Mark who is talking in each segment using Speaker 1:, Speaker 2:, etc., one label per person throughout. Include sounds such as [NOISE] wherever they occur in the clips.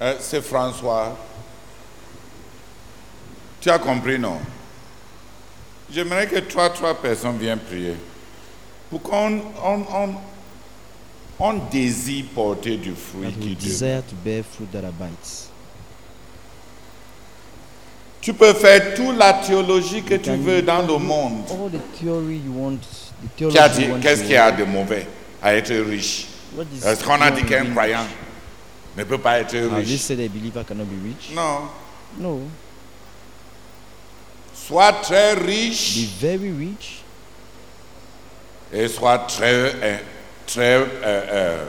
Speaker 1: Euh, c'est François. Tu as compris, non J'aimerais que trois, trois personnes viennent prier pour qu'on on, on, on désire porter du fruit
Speaker 2: that
Speaker 1: qui
Speaker 2: we
Speaker 1: Dieu.
Speaker 2: desire to bear fruit that abides.
Speaker 1: Tu peux faire toute la théologie que tu
Speaker 2: Can
Speaker 1: veux
Speaker 2: you
Speaker 1: dans le
Speaker 2: do
Speaker 1: monde.
Speaker 2: All the theory you want, the theology
Speaker 1: Qui a dit,
Speaker 2: you want.
Speaker 1: qu'est-ce
Speaker 2: to
Speaker 1: qu'il y a de mauvais à être riche
Speaker 2: What is
Speaker 1: Est-ce qu'on a dit
Speaker 2: wrong
Speaker 1: qu'un
Speaker 2: with
Speaker 1: croyant
Speaker 2: being rich?
Speaker 1: ne peut pas être
Speaker 2: Have you
Speaker 1: riche
Speaker 2: Ah, said a believer cannot be rich?
Speaker 1: Non.
Speaker 2: No.
Speaker 1: Sois très
Speaker 2: Be
Speaker 1: riche
Speaker 2: very rich
Speaker 1: et sois très, euh, très euh, euh,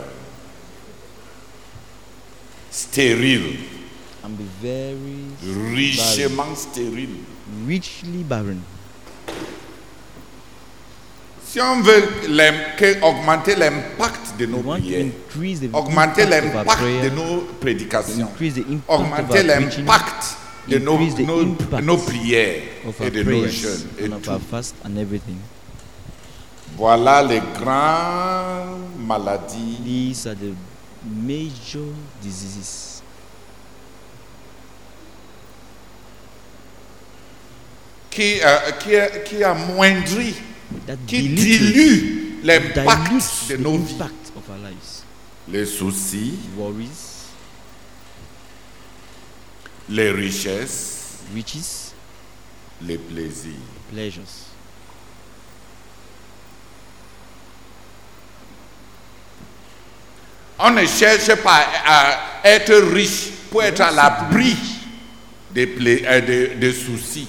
Speaker 1: stérile,
Speaker 2: and be very
Speaker 1: richement stérile.
Speaker 2: richly barren.
Speaker 1: Si on veut l'im- que- augmenter l'impact de nos
Speaker 2: We want to
Speaker 1: prières,
Speaker 2: increase the
Speaker 1: augmenter
Speaker 2: impact of our
Speaker 1: l'impact de
Speaker 2: prayer,
Speaker 1: nos prédications,
Speaker 2: increase the impact of
Speaker 1: augmenter
Speaker 2: our preaching,
Speaker 1: l'impact de nos,
Speaker 2: increase the
Speaker 1: nos-
Speaker 2: impact
Speaker 1: nos prières
Speaker 2: of
Speaker 1: et
Speaker 2: our
Speaker 1: de nos
Speaker 2: prayers,
Speaker 1: jeunes. Et
Speaker 2: and of
Speaker 1: tout.
Speaker 2: our fast and everything.
Speaker 1: Voilà les grandes maladies
Speaker 2: These are the major diseases.
Speaker 1: qui, euh, qui, qui amoindrit,
Speaker 2: that
Speaker 1: qui
Speaker 2: dilutes
Speaker 1: diluent l'impact
Speaker 2: dilutes
Speaker 1: de
Speaker 2: the
Speaker 1: nos vies.
Speaker 2: impact of our lives.
Speaker 1: Les soucis,
Speaker 2: Worries,
Speaker 1: les richesses,
Speaker 2: riches,
Speaker 1: les plaisirs.
Speaker 2: pleasures.
Speaker 1: On ne cherche pas à être riche pour être à l'abri des, pla- euh, des- des soucis.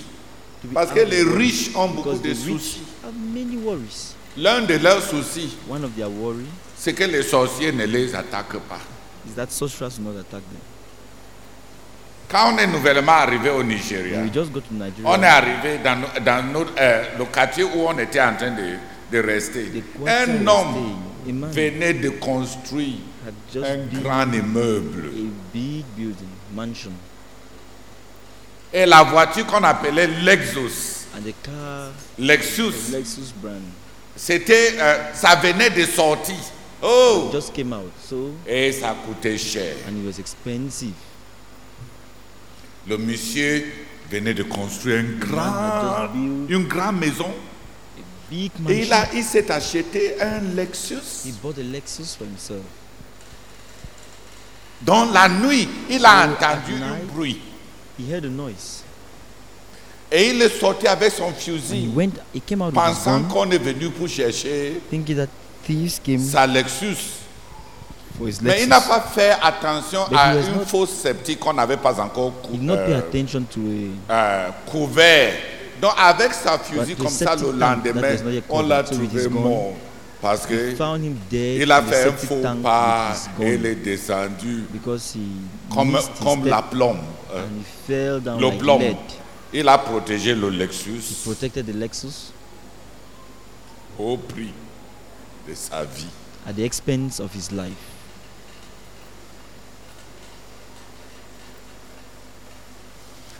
Speaker 2: To be
Speaker 1: Parce que les
Speaker 2: angry
Speaker 1: riches ont beaucoup
Speaker 2: because
Speaker 1: de
Speaker 2: the rich
Speaker 1: soucis.
Speaker 2: have many worries.
Speaker 1: L'un de leurs soucis,
Speaker 2: One of their worry
Speaker 1: c'est que les sorciers ne les attaquent pas.
Speaker 2: is that sorcerers will not attack them.
Speaker 1: Quand on est nouvellement arrivé au Nigeria,
Speaker 2: When we just go to
Speaker 1: On est
Speaker 2: Nigeria,
Speaker 1: arrivé dans, no- dans notre, euh, le quartier où on était en train de, de
Speaker 2: the
Speaker 1: rester.
Speaker 2: quarter
Speaker 1: Un
Speaker 2: we
Speaker 1: homme
Speaker 2: stay, a man
Speaker 1: venait de construire
Speaker 2: had
Speaker 1: un
Speaker 2: just built
Speaker 1: grand immeuble.
Speaker 2: a big building, mansion,
Speaker 1: Et la voiture qu'on appelait Lexus,
Speaker 2: and the car,
Speaker 1: Lexus,
Speaker 2: Lexus brand,
Speaker 1: c'était, euh, ça venait de sortir. Oh!
Speaker 2: just came out. So,
Speaker 1: Et ça coûtait cher.
Speaker 2: and it was expensive.
Speaker 1: Le monsieur venait de construire un grand, une grande maison.
Speaker 2: Big
Speaker 1: Et
Speaker 2: mansion.
Speaker 1: il, a- il s'est acheté un
Speaker 2: He
Speaker 1: Lexus.
Speaker 2: bought a Lexus for himself.
Speaker 1: Dans la nuit, il a
Speaker 2: Oh, at
Speaker 1: entendu un
Speaker 2: night.
Speaker 1: bruit.
Speaker 2: He heard a noise.
Speaker 1: Et il est sorti avec son
Speaker 2: And he
Speaker 1: fusil,
Speaker 2: went. He came out with his
Speaker 1: pensant
Speaker 2: gun,
Speaker 1: qu'on est venu pour chercher
Speaker 2: thinking that thieves came
Speaker 1: sa Lexus.
Speaker 2: for his
Speaker 1: Mais il n'a
Speaker 2: Lexus.
Speaker 1: pas fait attention
Speaker 2: But
Speaker 1: à
Speaker 2: he was
Speaker 1: une
Speaker 2: not-
Speaker 1: fausse sceptique qu'on n'avait pas encore cou-
Speaker 2: He did not pay
Speaker 1: euh,
Speaker 2: attention to
Speaker 1: euh, couvert. Donc avec sa fusil
Speaker 2: But the
Speaker 1: comme ça, le
Speaker 2: septic tank that
Speaker 1: lendemain,
Speaker 2: was not yet
Speaker 1: on l'a
Speaker 2: covered, so it
Speaker 1: trouvé
Speaker 2: is gone.
Speaker 1: mort. Parce
Speaker 2: a.
Speaker 1: que
Speaker 2: Found him dead.
Speaker 1: il a
Speaker 2: in the
Speaker 1: fait un
Speaker 2: septic
Speaker 1: faux
Speaker 2: tank
Speaker 1: pas
Speaker 2: with
Speaker 1: et
Speaker 2: his
Speaker 1: il
Speaker 2: gun
Speaker 1: est descendu
Speaker 2: because he
Speaker 1: comme,
Speaker 2: missed his
Speaker 1: comme la
Speaker 2: step
Speaker 1: plombe. euh,
Speaker 2: and he fell down
Speaker 1: le
Speaker 2: like
Speaker 1: plomb.
Speaker 2: lead.
Speaker 1: Il a protégé le
Speaker 2: He
Speaker 1: Lexus
Speaker 2: protected the Lexus
Speaker 1: au prix de sa vie.
Speaker 2: at the expense of his life.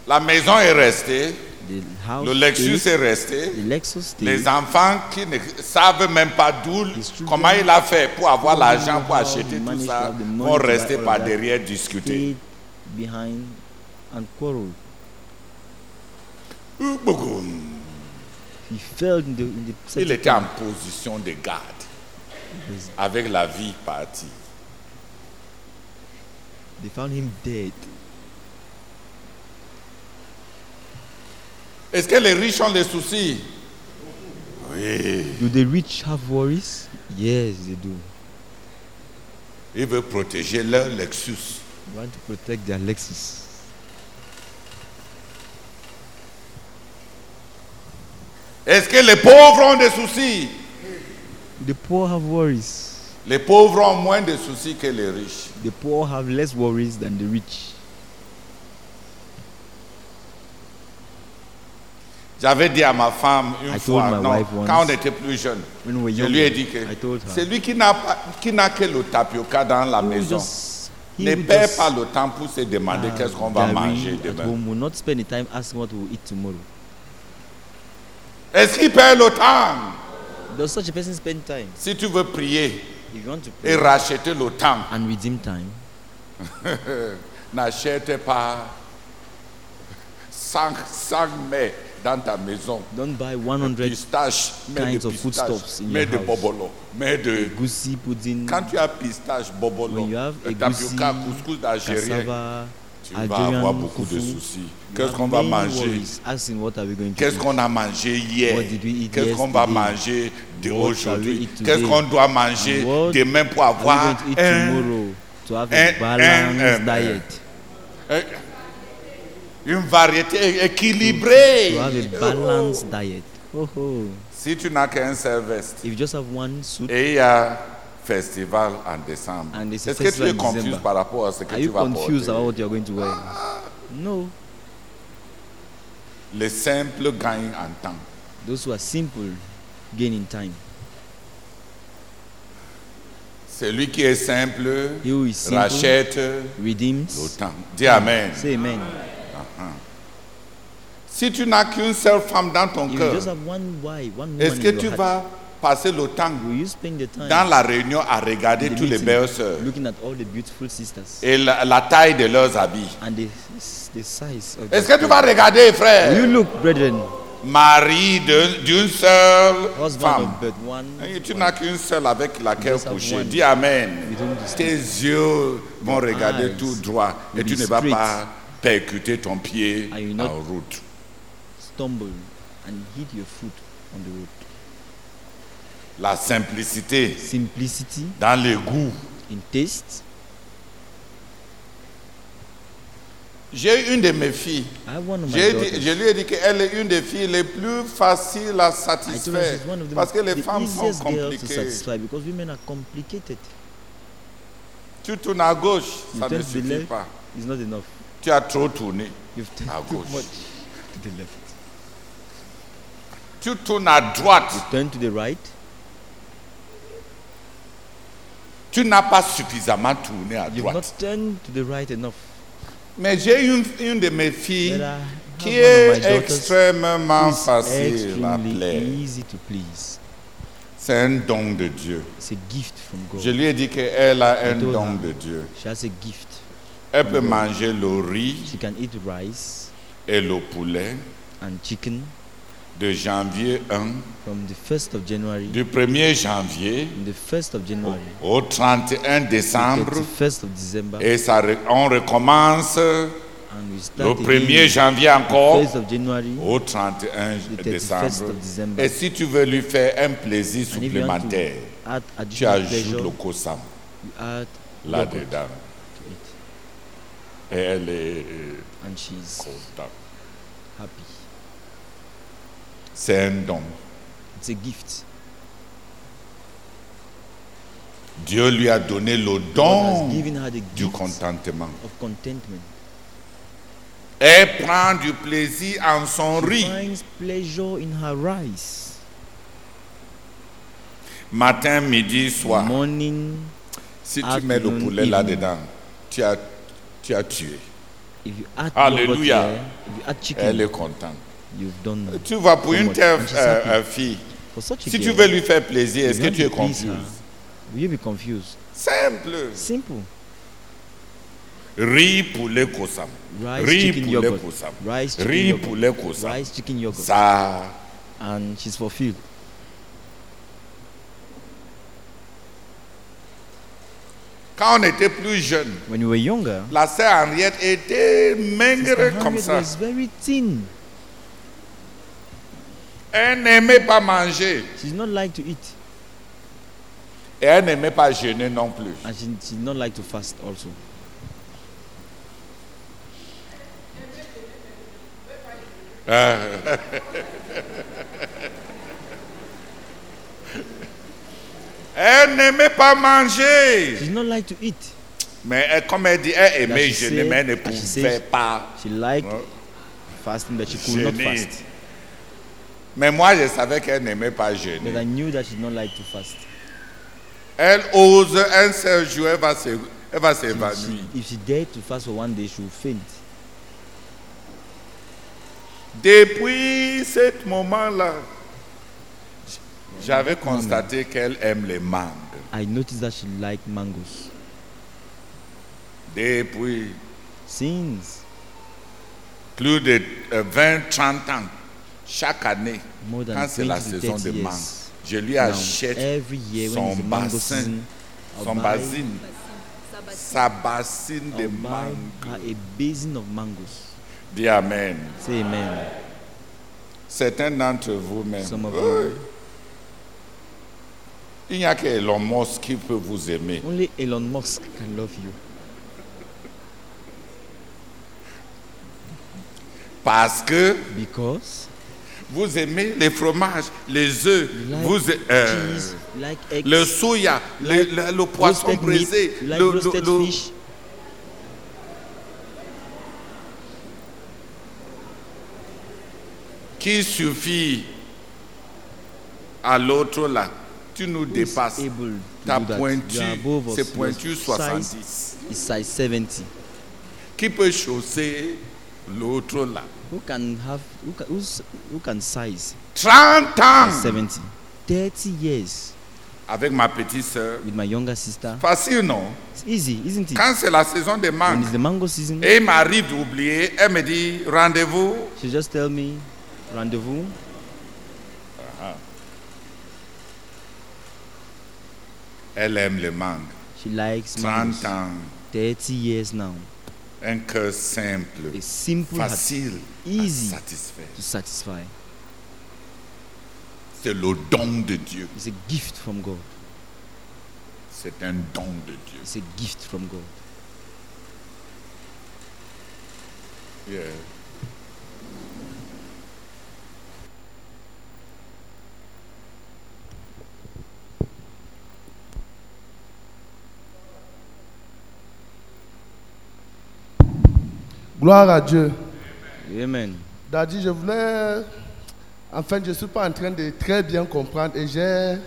Speaker 1: La maison est restée,
Speaker 2: The house.
Speaker 1: le Lexus
Speaker 2: stayed,
Speaker 1: est resté.
Speaker 2: The Lexus stayed.
Speaker 1: Les enfants qui ne savent même pas d'où,
Speaker 2: children
Speaker 1: comment il a fait pour avoir
Speaker 2: don't know
Speaker 1: l'argent, pour
Speaker 2: how
Speaker 1: acheter
Speaker 2: he
Speaker 1: tout
Speaker 2: managed to
Speaker 1: ça,
Speaker 2: have the
Speaker 1: vont
Speaker 2: money to
Speaker 1: rester
Speaker 2: buy
Speaker 1: par
Speaker 2: all that.
Speaker 1: derrière discuter.
Speaker 2: stayed behind and quarreled.
Speaker 1: Bougoum.
Speaker 2: He fell in the in the
Speaker 1: Il
Speaker 2: septic
Speaker 1: était en position de garde, avec la vie partie.
Speaker 2: They found him dead.
Speaker 1: Est-ce que les riches ont des soucis Oui.
Speaker 2: Do the rich have worries? Yes, they do.
Speaker 1: Ils veulent protéger leur Lexus.
Speaker 2: They want to protect their Lexus.
Speaker 1: Est-ce que les pauvres ont des soucis
Speaker 2: The poor have worries.
Speaker 1: Les pauvres ont moins de soucis que les riches.
Speaker 2: The poor have less worries than the rich.
Speaker 1: J'avais dit à ma femme une
Speaker 2: I told
Speaker 1: fois,
Speaker 2: my
Speaker 1: non,
Speaker 2: wife once,
Speaker 1: quand on était plus jeune,
Speaker 2: When we were
Speaker 1: je
Speaker 2: young,
Speaker 1: lui ai dit que
Speaker 2: I told her.
Speaker 1: celui qui n'a pas- qui n'a que le tapioca dans la
Speaker 2: "Who
Speaker 1: maison
Speaker 2: just- he
Speaker 1: ne
Speaker 2: who
Speaker 1: perd
Speaker 2: just
Speaker 1: pas le temps pour se demander
Speaker 2: have
Speaker 1: qu'est-ce qu'on va
Speaker 2: diarrhea
Speaker 1: manger
Speaker 2: "Ah, at
Speaker 1: demain.
Speaker 2: home will not spend the time asking what we'll eat tomorrow.
Speaker 1: Est-ce qu'il perd le temps
Speaker 2: Does such a person spend time?
Speaker 1: Si tu veux prier
Speaker 2: If you want to
Speaker 1: et
Speaker 2: pray
Speaker 1: racheter le temps,
Speaker 2: and redeem time,
Speaker 1: [LAUGHS] n'achète pas 100, 100 mets dans ta maison.
Speaker 2: Don't buy 100
Speaker 1: Pistache, mets
Speaker 2: kinds
Speaker 1: de
Speaker 2: of
Speaker 1: pistache,
Speaker 2: foodstuffs in
Speaker 1: mets
Speaker 2: your
Speaker 1: de
Speaker 2: house.
Speaker 1: bobolo, mets de...
Speaker 2: goosey pudding,
Speaker 1: Quand tu as pistache, bobolo,
Speaker 2: When you have
Speaker 1: euh,
Speaker 2: a
Speaker 1: tapioca,
Speaker 2: goosey,
Speaker 1: couscous d'Algérien,
Speaker 2: cassava,
Speaker 1: tu vas avoir
Speaker 2: Algerian
Speaker 1: beaucoup de
Speaker 2: kufu.
Speaker 1: soucis.
Speaker 2: You
Speaker 1: Qu'est-ce
Speaker 2: have
Speaker 1: qu'on va
Speaker 2: many
Speaker 1: manger
Speaker 2: worries, Asking what are we going to
Speaker 1: Qu'est-ce
Speaker 2: eat?
Speaker 1: qu'on a mangé hier
Speaker 2: What did we eat
Speaker 1: Qu'est-ce qu'on va
Speaker 2: yesterday?
Speaker 1: manger de
Speaker 2: What shall we
Speaker 1: aujourd'hui
Speaker 2: eat today?
Speaker 1: Qu'est-ce qu'on doit manger
Speaker 2: And what
Speaker 1: demain pour
Speaker 2: Are we
Speaker 1: avoir
Speaker 2: going to eat
Speaker 1: un-
Speaker 2: tomorrow to have
Speaker 1: un-
Speaker 2: a
Speaker 1: un-
Speaker 2: balanced
Speaker 1: un-
Speaker 2: diet?
Speaker 1: un- eh, une variété équilibrée
Speaker 2: To have a balanced diet. Oh, oh.
Speaker 1: Si tu n'as qu'un seul veste
Speaker 2: If you just have one suit,
Speaker 1: et il y a festival en décembre,
Speaker 2: And it's a
Speaker 1: est-ce que tu
Speaker 2: festival
Speaker 1: es
Speaker 2: in
Speaker 1: confus
Speaker 2: December.
Speaker 1: par rapport à ce que
Speaker 2: are
Speaker 1: tu
Speaker 2: you
Speaker 1: vas
Speaker 2: confused about
Speaker 1: porter Ah.
Speaker 2: what you're going to wear? No.
Speaker 1: Les simples gagnent en temps.
Speaker 2: Those who are simple gain in time.
Speaker 1: Celui qui est simple
Speaker 2: He who is simple
Speaker 1: rachète le
Speaker 2: redeems.
Speaker 1: temps. Dis Amen. Ah,
Speaker 2: Say amen.
Speaker 1: Si tu n'as qu'une seule femme dans ton
Speaker 2: If you
Speaker 1: cœur,
Speaker 2: just have one wife, one woman
Speaker 1: Est-ce que
Speaker 2: in
Speaker 1: tu
Speaker 2: your
Speaker 1: vas
Speaker 2: heart,
Speaker 1: passer le temps
Speaker 2: will you spend the time
Speaker 1: dans la réunion à regarder
Speaker 2: in the
Speaker 1: tous les
Speaker 2: meeting,
Speaker 1: belles sœurs
Speaker 2: looking at all the beautiful sisters
Speaker 1: et la, la taille de leurs habits
Speaker 2: and the, the size of
Speaker 1: Est-ce
Speaker 2: their
Speaker 1: que tu vas regarder,
Speaker 2: Will you
Speaker 1: frère
Speaker 2: look, brethren,
Speaker 1: Mari de- d'une seule
Speaker 2: husband
Speaker 1: femme.
Speaker 2: of birth, one
Speaker 1: Et tu n'as qu'une seule avec laquelle
Speaker 2: You just have
Speaker 1: coucher.
Speaker 2: one.
Speaker 1: Dis Amen.
Speaker 2: You don't disturb.
Speaker 1: Tes yeux vont regarder
Speaker 2: eyes
Speaker 1: tout droit et
Speaker 2: will
Speaker 1: tu
Speaker 2: Ah, be
Speaker 1: ne vas
Speaker 2: straight.
Speaker 1: pas percuter ton pied
Speaker 2: And you not-
Speaker 1: en route.
Speaker 2: stumble and hit your foot on the road.
Speaker 1: La simplicité
Speaker 2: Simplicity
Speaker 1: dans les goûts.
Speaker 2: in taste.
Speaker 1: J'ai une de mes filles
Speaker 2: I have one of my
Speaker 1: J'ai
Speaker 2: daughters.
Speaker 1: dit- je lui ai dit qu'elle est une des filles les plus faciles à
Speaker 2: I told her
Speaker 1: satisfaire
Speaker 2: she's one of the,
Speaker 1: parce que
Speaker 2: most-
Speaker 1: les
Speaker 2: the
Speaker 1: femmes sont
Speaker 2: easiest girls to
Speaker 1: compliquées.
Speaker 2: satisfy because women are complicated.
Speaker 1: Tu tournes à gauche,
Speaker 2: You
Speaker 1: ça ne
Speaker 2: turn to the
Speaker 1: suffit
Speaker 2: left,
Speaker 1: pas.
Speaker 2: it's not enough.
Speaker 1: Tu as trop tourné.
Speaker 2: You've turned
Speaker 1: À
Speaker 2: too
Speaker 1: gauche.
Speaker 2: much to the left.
Speaker 1: Tu tournes à droite,
Speaker 2: Turn to the right.
Speaker 1: tu n'as pas suffisamment tourné à
Speaker 2: You've
Speaker 1: droite.
Speaker 2: not turned to the right enough.
Speaker 1: Mais j'ai une, une de mes filles
Speaker 2: There are
Speaker 1: qui
Speaker 2: have one of
Speaker 1: est
Speaker 2: my daughters
Speaker 1: extrêmement
Speaker 2: who is
Speaker 1: facile à
Speaker 2: extremely
Speaker 1: plaire.
Speaker 2: easy to please.
Speaker 1: C'est un don de Dieu.
Speaker 2: It's a gift from God.
Speaker 1: Je lui ai dit qu'elle a un
Speaker 2: I told
Speaker 1: don
Speaker 2: her.
Speaker 1: de Dieu.
Speaker 2: She has a gift.
Speaker 1: Elle peut manger le riz
Speaker 2: She can eat rice
Speaker 1: et le poulet
Speaker 2: and chicken
Speaker 1: de janvier 1
Speaker 2: from the 1st of January.
Speaker 1: du 1er janvier
Speaker 2: From the 1st of January
Speaker 1: au 31
Speaker 2: to
Speaker 1: décembre
Speaker 2: 31st of December.
Speaker 1: et ça, re- on recommence
Speaker 2: And we
Speaker 1: le
Speaker 2: start again
Speaker 1: 1er janvier encore
Speaker 2: 1st of January.
Speaker 1: au 31
Speaker 2: The 31st
Speaker 1: décembre.
Speaker 2: of December.
Speaker 1: Et si tu veux lui faire un plaisir
Speaker 2: And if you want
Speaker 1: supplémentaire,
Speaker 2: to add
Speaker 1: tu
Speaker 2: additional
Speaker 1: ajoutes
Speaker 2: pleasure,
Speaker 1: le COSAM
Speaker 2: you add yogurt
Speaker 1: là-dedans.
Speaker 2: to it.
Speaker 1: Et elle est euh,
Speaker 2: And she's
Speaker 1: contente.
Speaker 2: happy.
Speaker 1: C'est un don.
Speaker 2: It's a gift.
Speaker 1: Dieu lui a donné le
Speaker 2: God
Speaker 1: don
Speaker 2: has given her the
Speaker 1: du
Speaker 2: gift
Speaker 1: contentement.
Speaker 2: of contentment.
Speaker 1: Elle prend du plaisir en son
Speaker 2: She
Speaker 1: riz.
Speaker 2: finds pleasure in her rice.
Speaker 1: Matin, midi, soir.
Speaker 2: Morning,
Speaker 1: Si tu mets le
Speaker 2: afternoon,
Speaker 1: poulet
Speaker 2: evening.
Speaker 1: là-dedans, tu as, tu as tué.
Speaker 2: if you add
Speaker 1: Hallelujah.
Speaker 2: yogurt there, if you add chicken,
Speaker 1: Elle est contente.
Speaker 2: you've done that.
Speaker 1: Euh, Tu vois, pour une
Speaker 2: Somewhat.
Speaker 1: telle
Speaker 2: And she's
Speaker 1: euh,
Speaker 2: happy.
Speaker 1: euh, fille,
Speaker 2: For such a
Speaker 1: si tu
Speaker 2: girl,
Speaker 1: veux lui faire plaisir, est-ce
Speaker 2: you
Speaker 1: que
Speaker 2: want
Speaker 1: tu es
Speaker 2: to please her,
Speaker 1: confuse
Speaker 2: Will you be confused?
Speaker 1: Simple.
Speaker 2: Simple.
Speaker 1: Riz, poulet, kosam.
Speaker 2: Rice,
Speaker 1: Riz,
Speaker 2: chicken
Speaker 1: poulet,
Speaker 2: yogurt.
Speaker 1: kosam.
Speaker 2: Rice, chicken
Speaker 1: Riz,
Speaker 2: yogurt.
Speaker 1: poulet, kosam.
Speaker 2: Rice, chicken yogurt.
Speaker 1: Ça,
Speaker 2: And she's fulfilled.
Speaker 1: quand on était plus jeune,
Speaker 2: When we were younger,
Speaker 1: la sœur Henriette était
Speaker 2: Sister
Speaker 1: maigre comme
Speaker 2: Harriet
Speaker 1: ça.
Speaker 2: was very thin.
Speaker 1: Elle n'aimait pas manger.
Speaker 2: She did not like to eat.
Speaker 1: Et elle n'aimait pas jeûner non plus.
Speaker 2: And she, she did not like to fast also.
Speaker 3: Ah. [LAUGHS]
Speaker 1: Euh. [LAUGHS] Elle n'aimait pas manger.
Speaker 2: She did not like to eat.
Speaker 1: Mais elle, comme elle dit, elle aimait
Speaker 2: That she
Speaker 1: jeûner,
Speaker 2: said-
Speaker 1: mais elle ne
Speaker 2: that she
Speaker 1: pouvait
Speaker 2: says-
Speaker 1: pas.
Speaker 2: She liked
Speaker 1: Well,
Speaker 2: fasting, but she could not
Speaker 1: jeûner.
Speaker 2: fast.
Speaker 1: Mais moi, je savais qu'elle n'aimait pas
Speaker 2: But
Speaker 1: jeûner.
Speaker 2: I knew that she did not like to fast.
Speaker 1: Elle ose un seul jour, elle va se- elle va
Speaker 2: If
Speaker 1: s'évanouir.
Speaker 2: she, if she dared to fast for one day, she would faint.
Speaker 1: Depuis ce moment-là, j- j'avais constaté qu'elle aime les mangues.
Speaker 2: I noticed that she liked mangoes.
Speaker 1: Depuis
Speaker 2: sins,
Speaker 1: Plus de euh, 20, 30 ans, chaque année,
Speaker 2: More than
Speaker 1: quand c'est la
Speaker 2: 20 to
Speaker 1: saison de
Speaker 2: 30
Speaker 1: mangue,
Speaker 2: years.
Speaker 1: je lui
Speaker 2: Now,
Speaker 1: achète
Speaker 2: every year when
Speaker 1: son
Speaker 2: it's the mango
Speaker 1: bassin,
Speaker 2: season, I'll
Speaker 1: son
Speaker 2: buy-
Speaker 1: basin, sa bassine de
Speaker 2: I'll buy
Speaker 1: mangue.
Speaker 2: her a basin of mangoes.
Speaker 1: Dis Amen.
Speaker 2: Say amen.
Speaker 1: Certains d'entre vous même,
Speaker 2: Some of
Speaker 1: euh,
Speaker 2: you.
Speaker 1: il n'y a que Elon Musk qui peut vous aimer.
Speaker 2: Only Elon Musk can love you
Speaker 1: Parce que
Speaker 2: because
Speaker 1: vous aimez les fromages, les œufs,
Speaker 2: you like
Speaker 1: vous, euh,
Speaker 2: cheese, you like eggs,
Speaker 1: le soya, le, le- le poisson
Speaker 2: roasted meat,
Speaker 1: brisé,
Speaker 2: you like
Speaker 1: le- le-
Speaker 2: roasted
Speaker 1: le-
Speaker 2: fish.
Speaker 1: qui suffit à l'autre là. Tu nous
Speaker 2: Who is
Speaker 1: dépasses.
Speaker 2: able to
Speaker 1: Ta
Speaker 2: do that?
Speaker 1: pointure,
Speaker 2: You are above us.
Speaker 1: c'est pointure
Speaker 2: Your size
Speaker 1: 70.
Speaker 2: is size 70.
Speaker 1: Qui peut chausser l'autre là
Speaker 2: Who can have who can, who's, who can size
Speaker 1: 30
Speaker 2: size
Speaker 1: ans
Speaker 2: 70? 30 years
Speaker 1: avec ma petite sœur.
Speaker 2: with my younger sister.
Speaker 1: Facile, non
Speaker 2: It's easy, isn't it?
Speaker 1: Quand c'est la saison des
Speaker 2: When
Speaker 1: mangues,
Speaker 2: it's the mango season,
Speaker 1: et il m'arrive d'oublier, elle me dit rendez-vous.
Speaker 2: she just tell me rendezvous.
Speaker 1: Uh-huh. Elle aime les mangues.
Speaker 2: She likes
Speaker 1: 30
Speaker 2: mangoes.
Speaker 1: ans,
Speaker 2: 30 years now.
Speaker 1: un cœur simple,
Speaker 2: A simple had
Speaker 1: facile,
Speaker 2: easy
Speaker 1: à satisfaire.
Speaker 2: to satisfy.
Speaker 1: C'est le don de Dieu.
Speaker 2: It's a gift from God.
Speaker 1: C'est un don de Dieu.
Speaker 2: It's a gift from God.
Speaker 1: Yeah.
Speaker 4: Gloire à Dieu.
Speaker 2: Amen.
Speaker 4: Daddy, je voulais. Enfin, je ne suis pas en train de très bien comprendre et j'ai.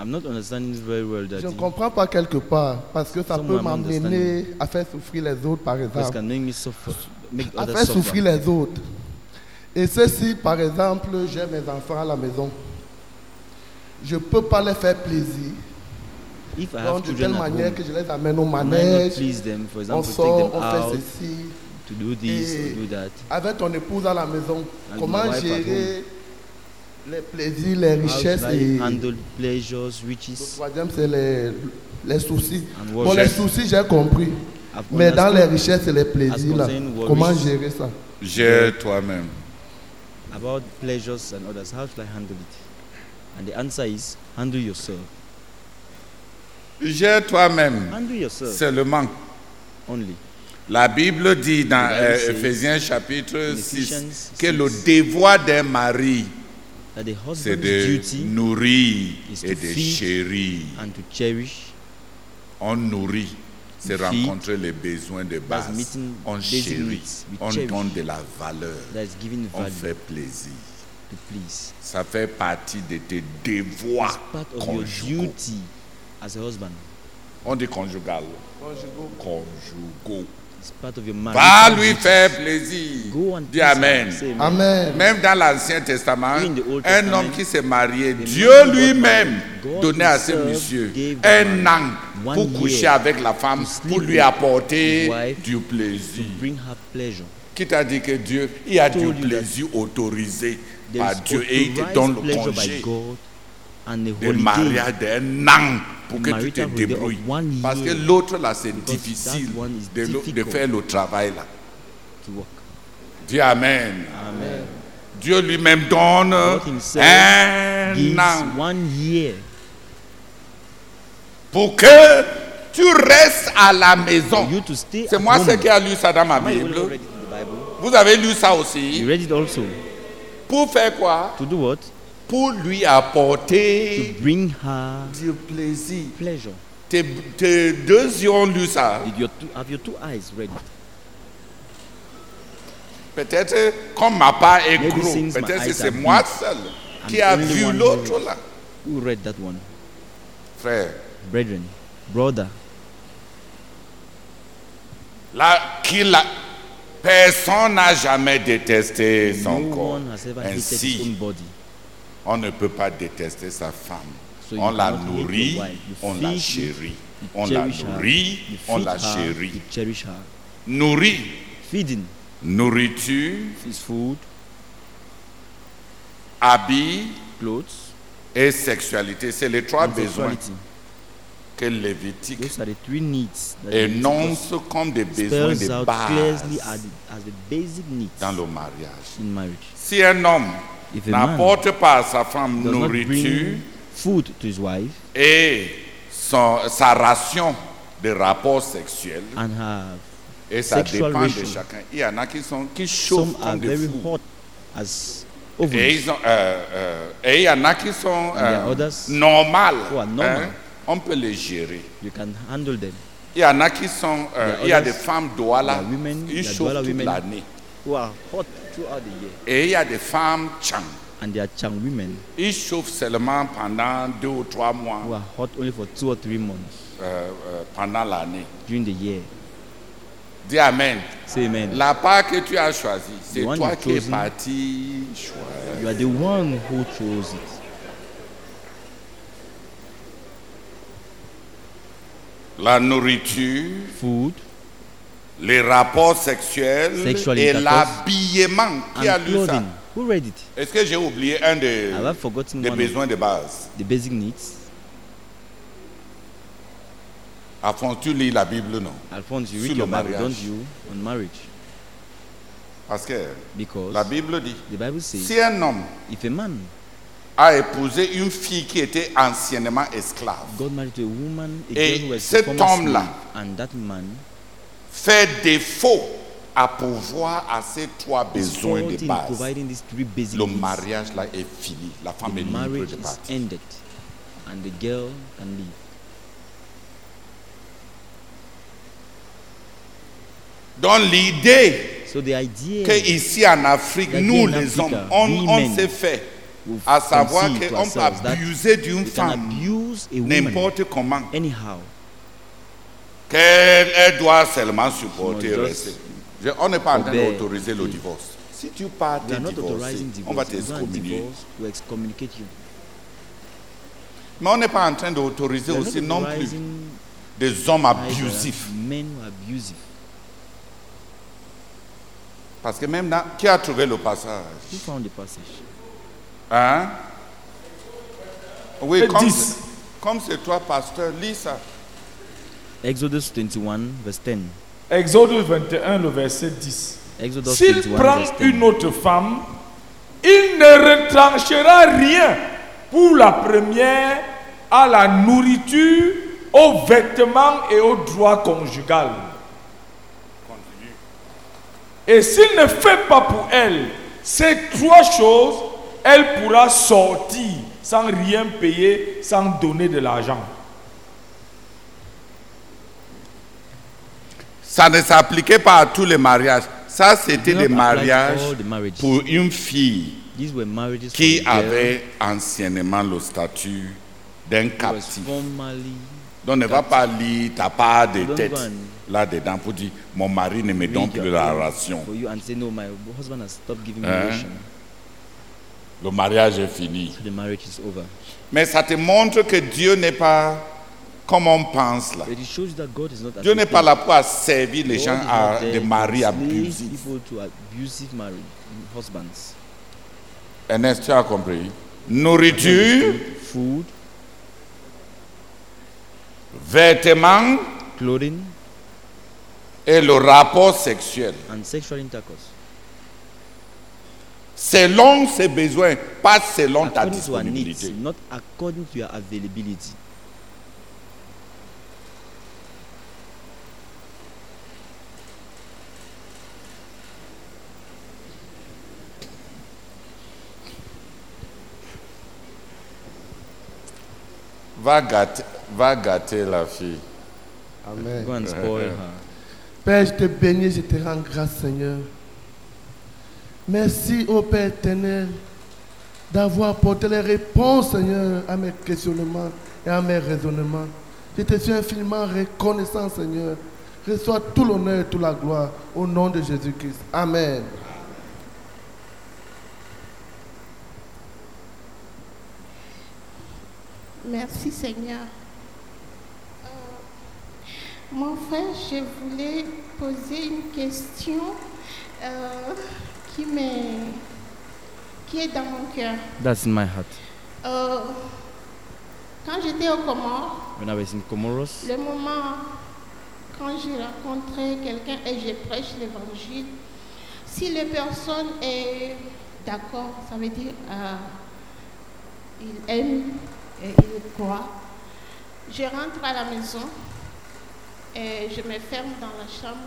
Speaker 2: I'm not understanding this very well,
Speaker 4: Je ne
Speaker 2: Daddy.
Speaker 4: comprends pas quelque part parce que ça
Speaker 2: Some
Speaker 4: peut
Speaker 2: I'm
Speaker 4: m'amener
Speaker 2: understanding.
Speaker 4: à faire souffrir les autres, par
Speaker 2: This
Speaker 4: exemple.
Speaker 2: can make me suffer. Make
Speaker 4: À
Speaker 2: others
Speaker 4: faire Ah. souffrir
Speaker 2: suffer.
Speaker 4: les autres. Et ceci, par exemple, j'ai mes enfants à la maison. Je ne peux pas les faire plaisir.
Speaker 2: If I have
Speaker 4: Donc, de telle
Speaker 2: children at home,
Speaker 4: manière que je les amène au
Speaker 2: I might not
Speaker 4: manège.
Speaker 2: please them. For
Speaker 4: On
Speaker 2: example,
Speaker 4: sort,
Speaker 2: take
Speaker 4: on
Speaker 2: them
Speaker 4: fait
Speaker 2: out
Speaker 4: ceci.
Speaker 2: to do this or
Speaker 4: Et-
Speaker 2: do that.
Speaker 4: Avec ton épouse à la maison,
Speaker 2: Avec ma
Speaker 4: comment
Speaker 2: wife at
Speaker 4: gérer les plaisirs, les
Speaker 2: How
Speaker 4: richesses
Speaker 2: should I
Speaker 4: et le
Speaker 2: handle pleasures, riches,
Speaker 4: troisième c'est les, les soucis.
Speaker 2: and
Speaker 4: Bon, les
Speaker 2: worship?
Speaker 4: soucis, j'ai compris.
Speaker 2: I've
Speaker 4: Mais dans les
Speaker 2: understood
Speaker 4: richesses et les plaisirs, là,
Speaker 2: concerning worries.
Speaker 4: comment gérer ça
Speaker 1: Gère toi-même.
Speaker 2: about pleasures and others. How should I handle it? And the answer is handle yourself.
Speaker 1: Gère toi-même
Speaker 2: Handle yourself
Speaker 1: seulement.
Speaker 2: only.
Speaker 1: La Bible dit dans
Speaker 2: The Bible
Speaker 1: euh,
Speaker 2: says,
Speaker 1: Ephésiens chapitre
Speaker 2: in
Speaker 1: 6
Speaker 2: Ephesians
Speaker 1: que le
Speaker 2: 6,
Speaker 1: devoir d'un mari,
Speaker 2: That the
Speaker 1: c'est
Speaker 2: husband's
Speaker 1: de
Speaker 2: duty
Speaker 1: nourrir
Speaker 2: is to
Speaker 1: et de
Speaker 2: feed
Speaker 1: chérir.
Speaker 2: and to cherish
Speaker 1: On nourrit, c'est
Speaker 2: Feed.
Speaker 1: rencontrer les besoins de base.
Speaker 2: meeting
Speaker 1: On
Speaker 2: basic
Speaker 1: chérit,
Speaker 2: needs. We
Speaker 1: on
Speaker 2: cherish.
Speaker 1: donne de la valeur,
Speaker 2: that is giving
Speaker 1: on
Speaker 2: value
Speaker 1: fait plaisir.
Speaker 2: to please.
Speaker 1: Ça fait partie de tes devoirs
Speaker 2: Part of your
Speaker 1: conjugaux.
Speaker 2: duty as a husband.
Speaker 1: On dit conjugal. Conjugaux.
Speaker 2: It's part of your marriage.
Speaker 1: Va lui faire plaisir.
Speaker 2: Go and
Speaker 1: Dis
Speaker 2: please
Speaker 1: Amen.
Speaker 2: him. Say
Speaker 4: Amen.
Speaker 1: Même dans l'Ancien Testament,
Speaker 2: Even in the Old
Speaker 1: un
Speaker 2: Testament,
Speaker 1: homme qui s'est marié,
Speaker 2: man
Speaker 1: Dieu
Speaker 2: who got
Speaker 1: lui-même
Speaker 2: married, God
Speaker 1: donnait à ce
Speaker 2: himself
Speaker 1: monsieur
Speaker 2: gave the
Speaker 1: un
Speaker 2: man
Speaker 1: an
Speaker 2: one
Speaker 1: pour
Speaker 2: year
Speaker 1: coucher avec la femme,
Speaker 2: to sleep
Speaker 1: pour lui
Speaker 2: with
Speaker 1: apporter
Speaker 2: his wife,
Speaker 1: du plaisir.
Speaker 2: Bring her pleasure.
Speaker 1: Qui t'a dit que Dieu, il y a du
Speaker 2: told you that
Speaker 1: plaisir autorisé
Speaker 2: There
Speaker 1: par
Speaker 2: is
Speaker 1: Dieu et il te
Speaker 2: authorized
Speaker 1: donne le
Speaker 2: pleasure by
Speaker 1: congé
Speaker 2: God and a
Speaker 1: de
Speaker 2: holiday.
Speaker 1: mariage d'un an pour
Speaker 2: The
Speaker 1: que tu te
Speaker 2: marital holiday of
Speaker 1: débrouilles.
Speaker 2: one
Speaker 1: Parce que
Speaker 2: year.
Speaker 1: l'autre là, c'est
Speaker 2: Because that
Speaker 1: difficile
Speaker 2: one is
Speaker 1: de, le- de
Speaker 2: difficult.
Speaker 1: faire le travail là.
Speaker 2: to work.
Speaker 1: Dis Amen. Dieu lui-même donne
Speaker 2: himself
Speaker 1: un
Speaker 2: Gives
Speaker 1: an
Speaker 2: one year
Speaker 1: pour que tu restes à la
Speaker 2: for
Speaker 1: maison.
Speaker 2: you to stay
Speaker 1: C'est
Speaker 2: at
Speaker 1: moi
Speaker 2: home.
Speaker 1: ce qui a lu ça dans ma
Speaker 2: Am I the only one
Speaker 1: Bible.
Speaker 2: read it in the Bible?
Speaker 1: Vous avez lu ça aussi.
Speaker 2: You read it also.
Speaker 1: Pour faire quoi
Speaker 2: To do what?
Speaker 1: Pour lui apporter
Speaker 2: To bring her
Speaker 1: du plaisir.
Speaker 2: pleasure.
Speaker 1: Tes, tes deux yeux ont lu ça.
Speaker 2: Did your two, have your two eyes read it?
Speaker 1: Peut-être euh, comme ma part est
Speaker 2: Maybe
Speaker 1: gros,
Speaker 2: since my
Speaker 1: peut-être que
Speaker 2: eyes
Speaker 1: c'est
Speaker 2: are
Speaker 1: moi
Speaker 2: big,
Speaker 1: seul
Speaker 2: I'm
Speaker 1: qui
Speaker 2: the
Speaker 1: a
Speaker 2: only
Speaker 1: vu
Speaker 2: one who-
Speaker 1: l'autre là.
Speaker 2: Who read that one?
Speaker 1: Frère,
Speaker 2: Brethren, brother,
Speaker 1: là, qui l'a- Personne n'a jamais détesté son
Speaker 2: no
Speaker 1: corps.
Speaker 2: one has ever hated his
Speaker 1: Ainsi,
Speaker 2: own body.
Speaker 1: On ne peut pas détester sa femme.
Speaker 2: So you
Speaker 1: on la
Speaker 2: cannot hate
Speaker 1: nourrit,
Speaker 2: your wife. You
Speaker 1: on la
Speaker 2: feed,
Speaker 1: chérit.
Speaker 2: You
Speaker 1: On la
Speaker 2: cherish her.
Speaker 1: nourrit,
Speaker 2: You
Speaker 1: on
Speaker 2: feed
Speaker 1: la
Speaker 2: her.
Speaker 1: chérit.
Speaker 2: You cherish her.
Speaker 1: Nourrit,
Speaker 2: Feeding
Speaker 1: nourriture,
Speaker 2: is food,
Speaker 1: habits
Speaker 2: clothes,
Speaker 1: et sexualité. C'est les trois
Speaker 2: and
Speaker 1: besoins
Speaker 2: sexuality.
Speaker 1: que Lévitique
Speaker 2: Those are the three needs that Leviticus
Speaker 1: énonce comme des besoins
Speaker 2: spells
Speaker 1: de
Speaker 2: out clearly
Speaker 1: base
Speaker 2: as, as the basic needs
Speaker 1: dans le mariage.
Speaker 2: in marriage.
Speaker 1: Si un homme
Speaker 2: If a man
Speaker 1: n'apporte pas à sa femme
Speaker 2: does not
Speaker 1: nourriture
Speaker 2: bring food to his wife
Speaker 1: et son- sa ration de rapports sexuels,
Speaker 2: and her,
Speaker 1: et ça
Speaker 2: Sexual
Speaker 1: dépend de
Speaker 2: ratio.
Speaker 1: chacun. Il y en a qui, sont, qui chauffent
Speaker 2: some are
Speaker 1: comme des
Speaker 2: very
Speaker 1: fous.
Speaker 2: hot as
Speaker 1: Et,
Speaker 2: ovens.
Speaker 1: ils ont, euh, euh, et il y en a qui sont
Speaker 2: there are
Speaker 1: euh,
Speaker 2: others
Speaker 1: normales.
Speaker 2: who are normal.
Speaker 1: hein. On peut les gérer.
Speaker 2: You can handle them.
Speaker 1: Il y en a qui sont. euh,
Speaker 2: There are
Speaker 1: il y a des
Speaker 2: others,
Speaker 1: femmes douala.
Speaker 2: there are women,
Speaker 1: Ils
Speaker 2: there are
Speaker 1: chauffent
Speaker 2: douala
Speaker 1: toute
Speaker 2: women.
Speaker 1: l'année.
Speaker 2: Who are hot throughout the year.
Speaker 1: Et il y a des femmes tchang.
Speaker 2: And there are Chang women
Speaker 1: Ils chauffent seulement pendant deux ou trois mois
Speaker 2: who are hot only for two or three months
Speaker 1: euh, euh, pendant l'année.
Speaker 2: during the year.
Speaker 1: Dis Amen.
Speaker 2: Say amen.
Speaker 1: La part que tu as choisie, c'est
Speaker 2: The one
Speaker 1: toi
Speaker 2: you've
Speaker 1: qui es
Speaker 2: chosen.
Speaker 1: parti choisir.
Speaker 2: You are the one who chose it.
Speaker 1: La nourriture,
Speaker 2: Food
Speaker 1: les rapports sexuels
Speaker 2: Sexual
Speaker 1: et
Speaker 2: intercourse.
Speaker 1: l'habillement. Qui a
Speaker 2: and
Speaker 1: lu ça
Speaker 2: clothing. Who read it?
Speaker 1: Est-ce que j'ai oublié un des,
Speaker 2: Have I forgotten
Speaker 1: des
Speaker 2: one of
Speaker 1: besoins de base
Speaker 2: the basic needs?
Speaker 1: À fond, tu lis la Bible, non
Speaker 2: Alphonse, you
Speaker 1: Sur
Speaker 2: read
Speaker 1: le
Speaker 2: your Bible,
Speaker 1: mariage.
Speaker 2: don't you, on marriage?
Speaker 1: Parce que
Speaker 2: Because
Speaker 1: la Bible dit
Speaker 2: the Bible says
Speaker 1: si un homme
Speaker 2: if a man
Speaker 1: a épousé une fille qui était anciennement esclave,
Speaker 2: got married to a woman, a
Speaker 1: Et
Speaker 2: girl who was
Speaker 1: cet
Speaker 2: a former slave,
Speaker 1: homme-là-
Speaker 2: and that man
Speaker 1: fait défaut à pouvoir à ces trois besoins
Speaker 2: fault
Speaker 1: de
Speaker 2: in
Speaker 1: base,
Speaker 2: providing these three basic
Speaker 1: le
Speaker 2: needs.
Speaker 1: mariage là est fini. La femme est
Speaker 2: The
Speaker 1: libre
Speaker 2: marriage
Speaker 1: de
Speaker 2: is
Speaker 1: partir.
Speaker 2: ended, and the girl can leave.
Speaker 1: Donc l'idée
Speaker 2: So the idea
Speaker 1: que ici en Afrique,
Speaker 2: That
Speaker 1: nous
Speaker 2: in
Speaker 1: les
Speaker 2: Africa,
Speaker 1: hommes, on,
Speaker 2: we
Speaker 1: on
Speaker 2: men
Speaker 1: s'est fait
Speaker 2: we've
Speaker 1: à savoir
Speaker 2: conceived to
Speaker 1: qu'on peut
Speaker 2: ourselves that
Speaker 1: abuser d'une
Speaker 2: we can
Speaker 1: femme
Speaker 2: abuse a woman
Speaker 1: n'importe comment,
Speaker 2: anyhow.
Speaker 1: qu'elle elle doit seulement supporter,
Speaker 2: She must
Speaker 1: rester. Je- on n'est pas en train
Speaker 2: obey.
Speaker 1: d'autoriser le divorce. Si tu pars
Speaker 2: We
Speaker 1: t'es
Speaker 2: are not
Speaker 1: divorcé,
Speaker 2: authorizing
Speaker 1: on va
Speaker 2: divorce. If you want
Speaker 1: t'excommunier.
Speaker 2: divorce, we excommunicate you.
Speaker 1: Mais on n'est pas en train d'autoriser
Speaker 2: We are
Speaker 1: aussi
Speaker 2: not
Speaker 1: non plus
Speaker 2: authorizing
Speaker 1: des hommes
Speaker 2: either
Speaker 1: abusifs.
Speaker 2: Men who are abusive.
Speaker 1: Parce que même là, qui a trouvé le passage
Speaker 2: Who found the passage?
Speaker 1: Hein Oui,
Speaker 5: Et
Speaker 1: comme,
Speaker 5: 10.
Speaker 1: comme c'est toi, pasteur, lis ça.
Speaker 2: Exodus 21, verse 10.
Speaker 5: Exode 21, le verset 10.
Speaker 2: Exodus
Speaker 5: S'il
Speaker 2: 21,
Speaker 5: prend
Speaker 2: verse 10.
Speaker 5: une autre femme, il ne retranchera rien pour la première à la nourriture, aux vêtements et aux droits conjugal. Et s'il ne fait pas pour elle ces trois choses, elle pourra sortir sans rien payer, sans donner de l'argent.
Speaker 1: Ça ne s'appliquait pas à tous les mariages. Ça, c'était
Speaker 2: Did not
Speaker 1: des
Speaker 2: apply to
Speaker 1: mariages
Speaker 2: all the marriages.
Speaker 1: pour une fille
Speaker 2: These were marriages
Speaker 1: qui
Speaker 2: for the girl
Speaker 1: avait anciennement le statut d'un
Speaker 2: who was
Speaker 1: captif.
Speaker 2: formerly
Speaker 1: Donc ne va pas lire ta part de
Speaker 2: Don't
Speaker 1: tête
Speaker 2: go and
Speaker 1: là-dedans pour dire mon mari ne me donne
Speaker 2: read
Speaker 1: plus
Speaker 2: your
Speaker 1: la
Speaker 2: own
Speaker 1: ration.
Speaker 2: for you and say, no, my husband has stopped giving me
Speaker 1: Hein?
Speaker 2: ration.
Speaker 1: Le mariage est fini.
Speaker 2: The marriage is over.
Speaker 1: Mais ça te montre que Dieu n'est pas comme on pense là.
Speaker 2: But it shows that God is not
Speaker 1: Dieu n'est pas
Speaker 2: accepting-
Speaker 1: là pour servir les
Speaker 2: God
Speaker 1: gens
Speaker 2: is not
Speaker 1: à
Speaker 2: there
Speaker 1: des
Speaker 2: to
Speaker 1: maris
Speaker 2: slay
Speaker 1: abusifs.
Speaker 2: people to abusive marriage, husbands.
Speaker 1: Ernest, tu as compris Nourriture,
Speaker 2: Food,
Speaker 1: vêtements
Speaker 2: clothing,
Speaker 1: et le rapport sexuel.
Speaker 2: and sexual intercourse.
Speaker 1: Selon ses besoins, pas selon ta
Speaker 2: According to our needs,
Speaker 1: disponibilité.
Speaker 2: not according to your availability.
Speaker 1: Va gâter, va gâter la fille.
Speaker 4: Amen.
Speaker 2: Go and
Speaker 1: [LAUGHS]
Speaker 2: spoil her.
Speaker 4: Père, je te bénis, je te rends grâce, Seigneur. Merci, ô Père éternel, d'avoir apporté les réponses, Seigneur, à mes questionnements et à mes raisonnements. Je te suis infiniment reconnaissant, Seigneur. Reçois tout l'honneur et toute la gloire au nom de Jésus-Christ. Amen.
Speaker 6: Merci Seigneur. Euh, Mon frère, je voulais poser une question euh, qui, m'est, qui est dans mon cœur.
Speaker 2: That's in my heart.
Speaker 6: Euh, quand j'étais au Comores,
Speaker 2: When I was in Comoros,
Speaker 6: le moment quand j'ai rencontré quelqu'un et je prêche l'évangile, si la personne est d'accord, ça veut dire euh, il aime et il croit, je rentre à la maison et je me ferme dans la chambre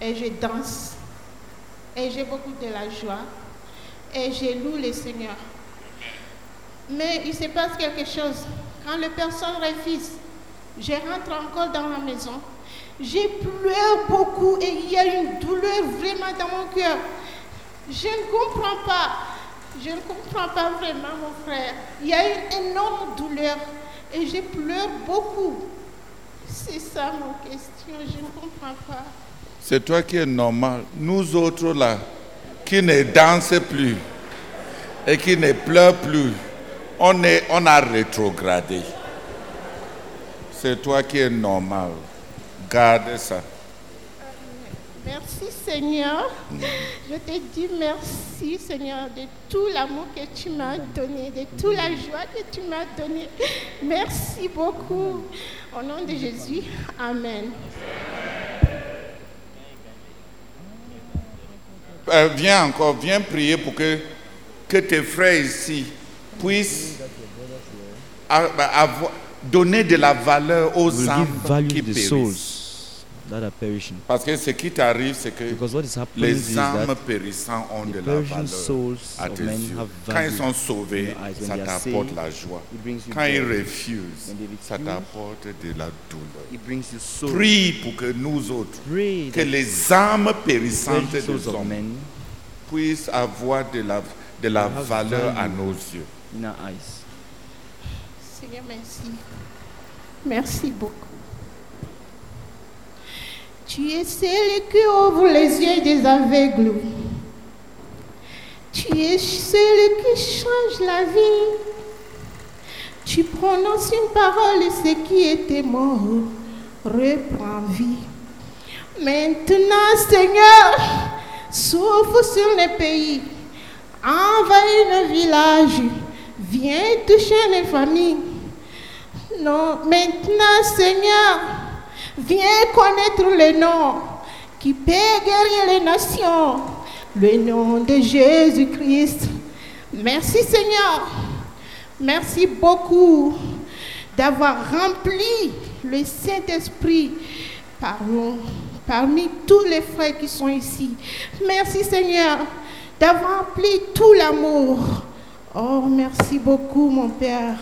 Speaker 6: et je danse et j'ai beaucoup de la joie et je loue le Seigneur. Mais il se passe quelque chose. Quand les personnes refusent, je rentre encore dans la maison. J'ai pleuré beaucoup et il y a une douleur vraiment dans mon cœur. Je ne comprends pas. Je ne comprends pas vraiment, mon frère. Il y a une énorme douleur et je pleure beaucoup. C'est ça mon question. Je ne comprends pas.
Speaker 1: C'est toi qui es normal. Nous autres là, qui ne dansent plus et qui ne pleurent plus, on, est, on a rétrogradé. C'est toi qui es normal. Garde ça.
Speaker 6: Merci Seigneur. Je te dis merci Seigneur de tout l'amour que tu m'as donné, de toute la joie que tu m'as donnée. Merci beaucoup. Au nom de Jésus, Amen.
Speaker 1: Euh, viens encore, viens prier pour que, que tes frères ici puissent a- a- avoir- donner de la valeur aux
Speaker 2: will
Speaker 1: âmes
Speaker 2: give value
Speaker 1: qui
Speaker 2: to the
Speaker 1: périssent.
Speaker 2: souls that are perishing.
Speaker 1: Parce que ce qui t'arrive, c'est que
Speaker 2: Because what is happening is
Speaker 1: les âmes
Speaker 2: that
Speaker 1: périssants ont
Speaker 2: the
Speaker 1: de la
Speaker 2: perishing
Speaker 1: valeur
Speaker 2: souls
Speaker 1: à
Speaker 2: of
Speaker 1: tes
Speaker 2: men
Speaker 1: yeux.
Speaker 2: have
Speaker 1: Quand
Speaker 2: value
Speaker 1: ils sont sauvés,
Speaker 2: in your eyes. When
Speaker 1: ça
Speaker 2: they are
Speaker 1: t'apporte
Speaker 2: saved,
Speaker 1: la joie.
Speaker 2: it brings you
Speaker 1: Quand ils
Speaker 2: joy. Hmm?
Speaker 1: refusent,
Speaker 2: When they
Speaker 1: ça
Speaker 2: refuse,
Speaker 1: t'apporte de la douleur.
Speaker 2: It brings you souls.
Speaker 1: Prie pour que nous autres,
Speaker 2: Pray
Speaker 1: que
Speaker 2: that
Speaker 1: les âmes
Speaker 2: the
Speaker 1: périssantes
Speaker 2: Hmm? perishing
Speaker 1: des
Speaker 2: souls of
Speaker 1: hommes
Speaker 2: men
Speaker 1: puissent avoir de la, de la
Speaker 2: Have
Speaker 1: valeur à
Speaker 2: value.
Speaker 1: nos yeux.
Speaker 2: in our eyes.
Speaker 6: Seigneur, merci. Merci beaucoup. Tu es celui qui ouvre les yeux des aveugles. Tu es celui qui change la vie. Tu prononces une parole et ce qui était mort reprend vie. Maintenant, Seigneur, souffle sur le pays, envahis nos villages, viens toucher les familles. Non, maintenant, Seigneur, viens connaître le nom qui peut guérir les nations, le nom de Jésus-Christ. Merci, Seigneur. Merci beaucoup d'avoir rempli le Saint-Esprit par nous, parmi tous les frères qui sont ici. Merci Seigneur d'avoir rempli tout l'amour. Oh, merci beaucoup mon Père,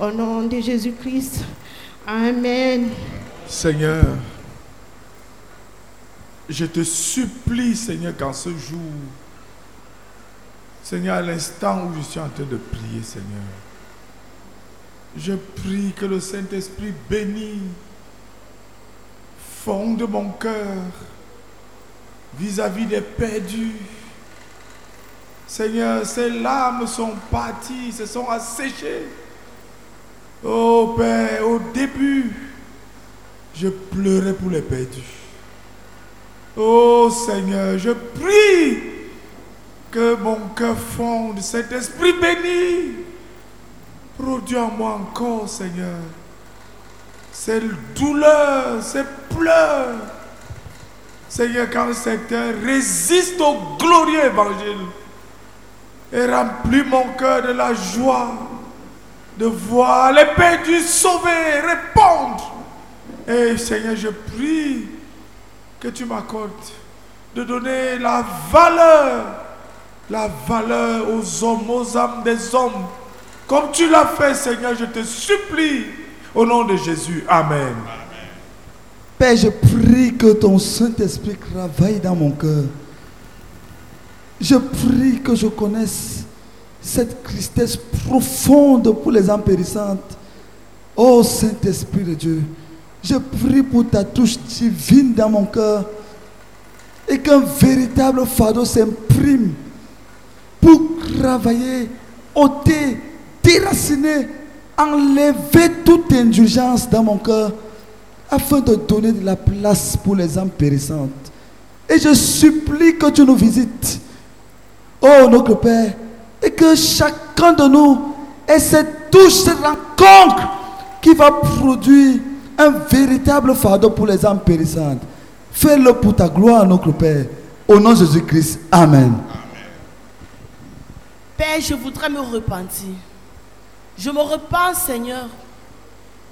Speaker 6: au nom de Jésus-Christ. Amen.
Speaker 5: Seigneur, je te supplie, Seigneur, qu'en ce jour, Seigneur, à l'instant où je suis en train de prier, Seigneur, je prie que le Saint-Esprit béni fonde mon cœur vis-à-vis des perdus. Seigneur, ces larmes sont parties, se sont asséchées. Oh Père, au début, je pleurais pour les perdus. Oh Seigneur, je prie que mon cœur fonde, cet esprit béni, produit en moi encore, Seigneur, ces douleurs, ces pleurs. Seigneur, quand certains résistent au glorieux évangile et remplis mon cœur de la joie de voir les perdus sauvés répondre et Eh, Seigneur, je prie que tu m'accordes de donner la valeur, la valeur aux hommes, aux âmes des hommes. Comme tu l'as fait, Seigneur, je te supplie. Au nom de Jésus, Amen.
Speaker 7: Père, je prie que ton Saint-Esprit travaille dans mon cœur. Je prie que je connaisse cette tristesse profonde pour les âmes périssantes. Ô Saint-Esprit de Dieu, je prie pour ta touche divine dans mon cœur et qu'un véritable fardeau s'imprime pour travailler, ôter, déraciner, enlever toute indulgence dans mon cœur afin de donner de la place pour les âmes périssantes. Et je supplie que tu nous visites, ô notre Père, et que chacun de nous ait cette touche, cette rencontre qui va produire un véritable fardeau pour les âmes périssantes. Fais-le pour ta gloire, notre Père. Au nom de Jésus-Christ, Amen.
Speaker 3: Père, je voudrais me repentir. Je me repens, Seigneur,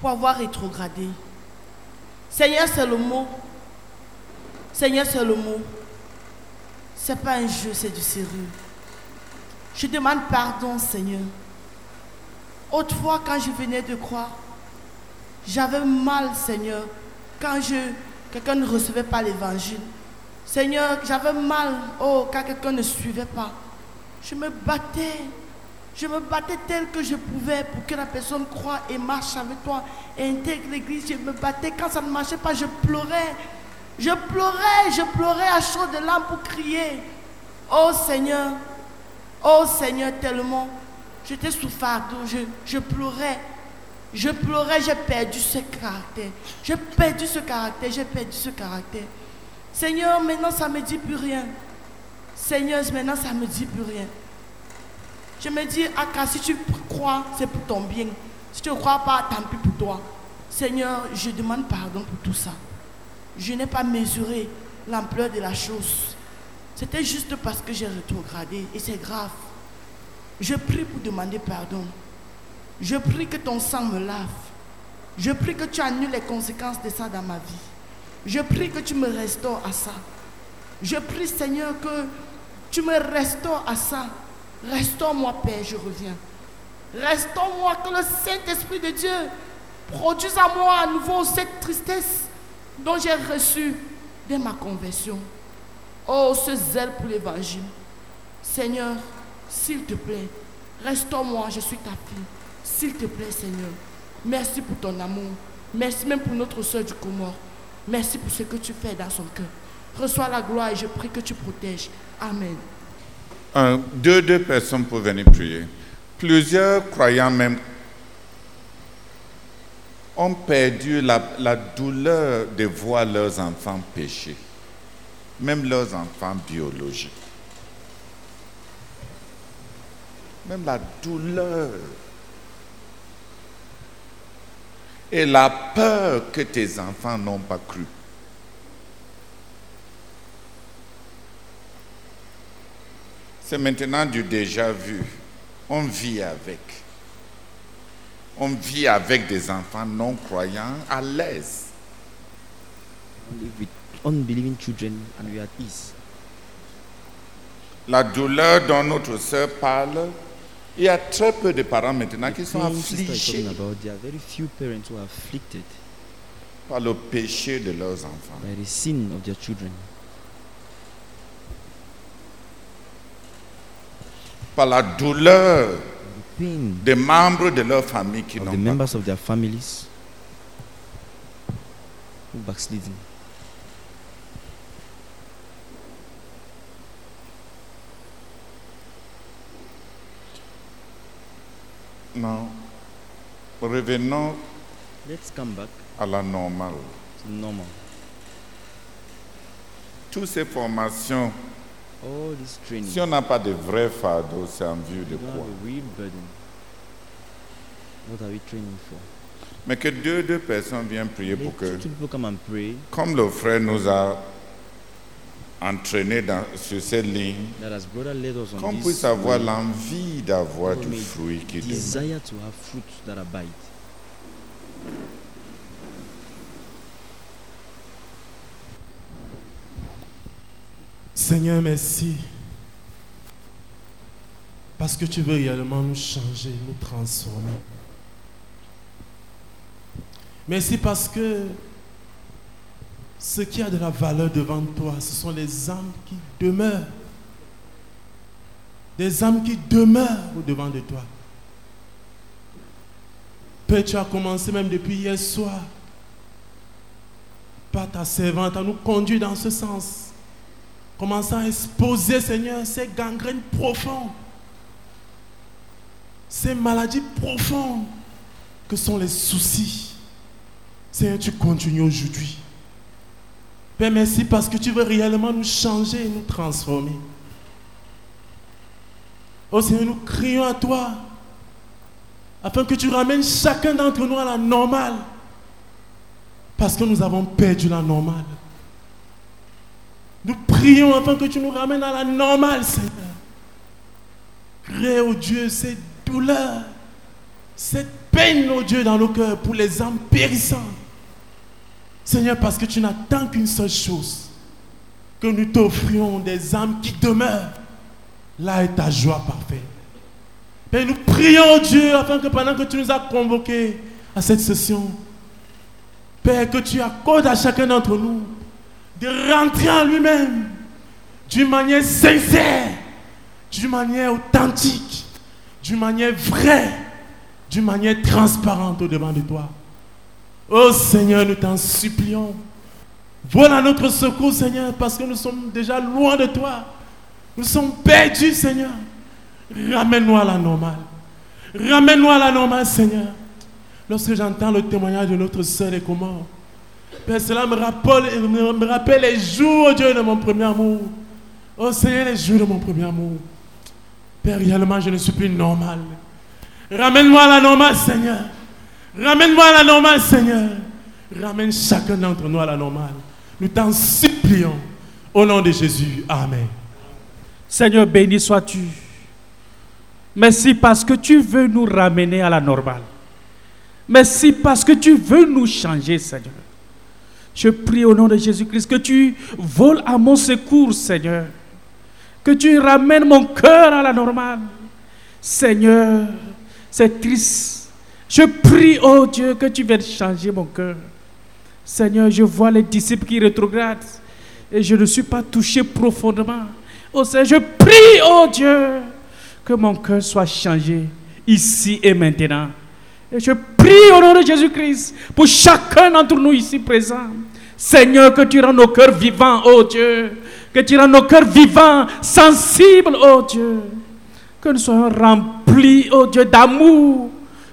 Speaker 3: pour avoir rétrogradé. Seigneur, c'est le mot. Seigneur, c'est le mot. C'est pas un jeu, c'est du sérieux. Je demande pardon, Seigneur. Autrefois, quand je venais de croire, j'avais mal, Seigneur, quand je quelqu'un ne recevait pas l'évangile. Seigneur, j'avais mal, oh, quand quelqu'un ne suivait pas. Je me battais. Je me battais tel que je pouvais pour que la personne croie et marche avec toi et intègre l'église. Je me battais. Quand ça ne marchait pas, je pleurais. Je pleurais, je pleurais à chaud de larmes pour crier. Oh Seigneur, oh Seigneur, tellement. J'étais sous fardeau, je, je pleurais. Je pleurais, j'ai perdu ce caractère. J'ai perdu ce caractère, j'ai perdu ce caractère. Seigneur, maintenant ça ne me dit plus rien. Seigneur, maintenant ça ne me dit plus rien. Je me dis, Aka, si tu crois, c'est pour ton bien. Si tu ne crois pas, tant pis pour toi. Seigneur, je demande pardon pour tout ça. Je n'ai pas mesuré l'ampleur de la chose. C'était juste parce que j'ai rétrogradé et c'est grave. Je prie pour demander pardon. Je prie que ton sang me lave. Je prie que tu annules les conséquences de ça dans ma vie. Je prie que tu me restaures à ça. Je prie, Seigneur, que tu me restaures à ça. Restaure-moi, Père, je reviens. Restaure-moi, que le Saint-Esprit de Dieu produise à moi à nouveau cette tristesse dont j'ai reçue dès ma conversion. Oh, ce zèle pour l'évangile. Seigneur, s'il te plaît, restaure-moi, je suis ta fille. S'il te plaît, Seigneur, merci pour ton amour. Merci même pour notre soeur du Comore. Merci pour ce que tu fais dans son cœur. Reçois la gloire et je prie que tu protèges. Amen.
Speaker 1: Un, deux, deux personnes pour venir prier. Plusieurs croyants même ont perdu la, la douleur de voir leurs enfants pécher, même leurs enfants biologiques. Même la douleur et la peur que tes enfants n'ont pas cru. C'est maintenant du déjà vu. On vit avec. On vit avec des enfants non croyants à l'aise.
Speaker 2: We live with unbelieving children and we are at ease.
Speaker 1: La douleur dont notre sœur parle, il y a très peu de parents maintenant qui sont
Speaker 2: Pain sister is
Speaker 1: affligés
Speaker 2: talking about, there are very few parents who are afflicted
Speaker 1: par le péché de leurs enfants.
Speaker 2: by the sin of their children,
Speaker 1: Par la douleur
Speaker 2: pain
Speaker 1: des membres de leur famille qui
Speaker 2: of the
Speaker 1: n'ont pas.
Speaker 2: members of their families who backslidden.
Speaker 1: Non. Revenons
Speaker 2: Let's come back
Speaker 1: à la normale.
Speaker 2: to normal.
Speaker 1: Toutes ces formations,
Speaker 2: All this training,
Speaker 1: si on n'a pas de vrai fardeau, c'est en vue de
Speaker 2: you don't
Speaker 1: quoi
Speaker 2: have a real burden. What are we training for?
Speaker 1: Mais que deux, deux personnes viennent prier pour que,
Speaker 2: Let two people come and pray
Speaker 1: comme le frère nous a entraînés dans, sur cette ligne,
Speaker 2: that has brother led us on
Speaker 1: qu'on
Speaker 2: this
Speaker 1: puisse avoir
Speaker 2: way,
Speaker 1: l'envie d'avoir
Speaker 2: God
Speaker 1: du
Speaker 2: may
Speaker 1: fruit qui donne.
Speaker 2: desire to have fruit that abide.
Speaker 8: Seigneur, merci. Parce que tu veux réellement nous changer, nous transformer. Merci parce que ce qui a de la valeur devant toi, ce sont les âmes qui demeurent. Des âmes qui demeurent au-devant de toi. Père, tu as commencé même depuis hier soir par ta servante à nous conduire dans ce sens. Commençons à exposer, Seigneur, ces gangrènes profondes, ces maladies profondes que sont les soucis, Seigneur, tu continues aujourd'hui. Père, merci parce que tu veux réellement nous changer et nous transformer. Oh Seigneur, nous crions à toi afin que tu ramènes chacun d'entre nous à la normale. Parce que nous avons perdu la normale. Nous prions afin que tu nous ramènes à la normale, Seigneur. Crée, oh Dieu, cette douleur, cette peine, oh Dieu, dans nos cœurs pour les âmes périssantes. Seigneur, parce que tu n'attends qu'une seule chose, que nous t'offrions des âmes qui demeurent. Là est ta joie parfaite. Père, nous prions, oh Dieu, afin que pendant que tu nous as convoqués à cette session, Père, que tu accordes à chacun d'entre nous de rentrer en lui-même d'une manière sincère, d'une manière authentique, d'une manière vraie, d'une manière transparente au-devant de toi. Oh Seigneur, nous t'en supplions. Voilà notre secours, Seigneur, parce que nous sommes déjà loin de toi. Nous sommes perdus, Seigneur. Ramène-nous à la normale. Ramène-nous à la normale, Seigneur. Lorsque j'entends le témoignage de notre sœur et comment Père, cela me rappelle, me me rappelle les jours, oh Dieu, de mon premier amour. Oh Seigneur, les jours de mon premier amour. Père, réellement, je ne suis plus normal. Ramène-moi à la normale, Seigneur. Ramène-moi à la normale, Seigneur. Ramène chacun d'entre nous à la normale. Nous t'en supplions. Au nom de Jésus. Amen.
Speaker 9: Seigneur, béni sois-tu. Merci parce que tu veux nous ramener à la normale. Merci parce que tu veux nous changer, Seigneur. Je prie au nom de Jésus-Christ que tu voles à mon secours, Seigneur. Que tu ramènes mon cœur à la normale. Seigneur, c'est triste. Je prie, oh Dieu, que tu viennes changer mon cœur. Seigneur, je vois les disciples qui rétrogradent et je ne suis pas touché profondément. Oh Seigneur, je prie, oh Dieu, que mon cœur soit changé ici et maintenant. Et je prie au nom de Jésus-Christ pour chacun d'entre nous ici présents. Seigneur, que tu rends nos cœurs vivants, oh Dieu. Que tu rends nos cœurs vivants, sensibles, oh Dieu. Que nous soyons remplis, oh Dieu, d'amour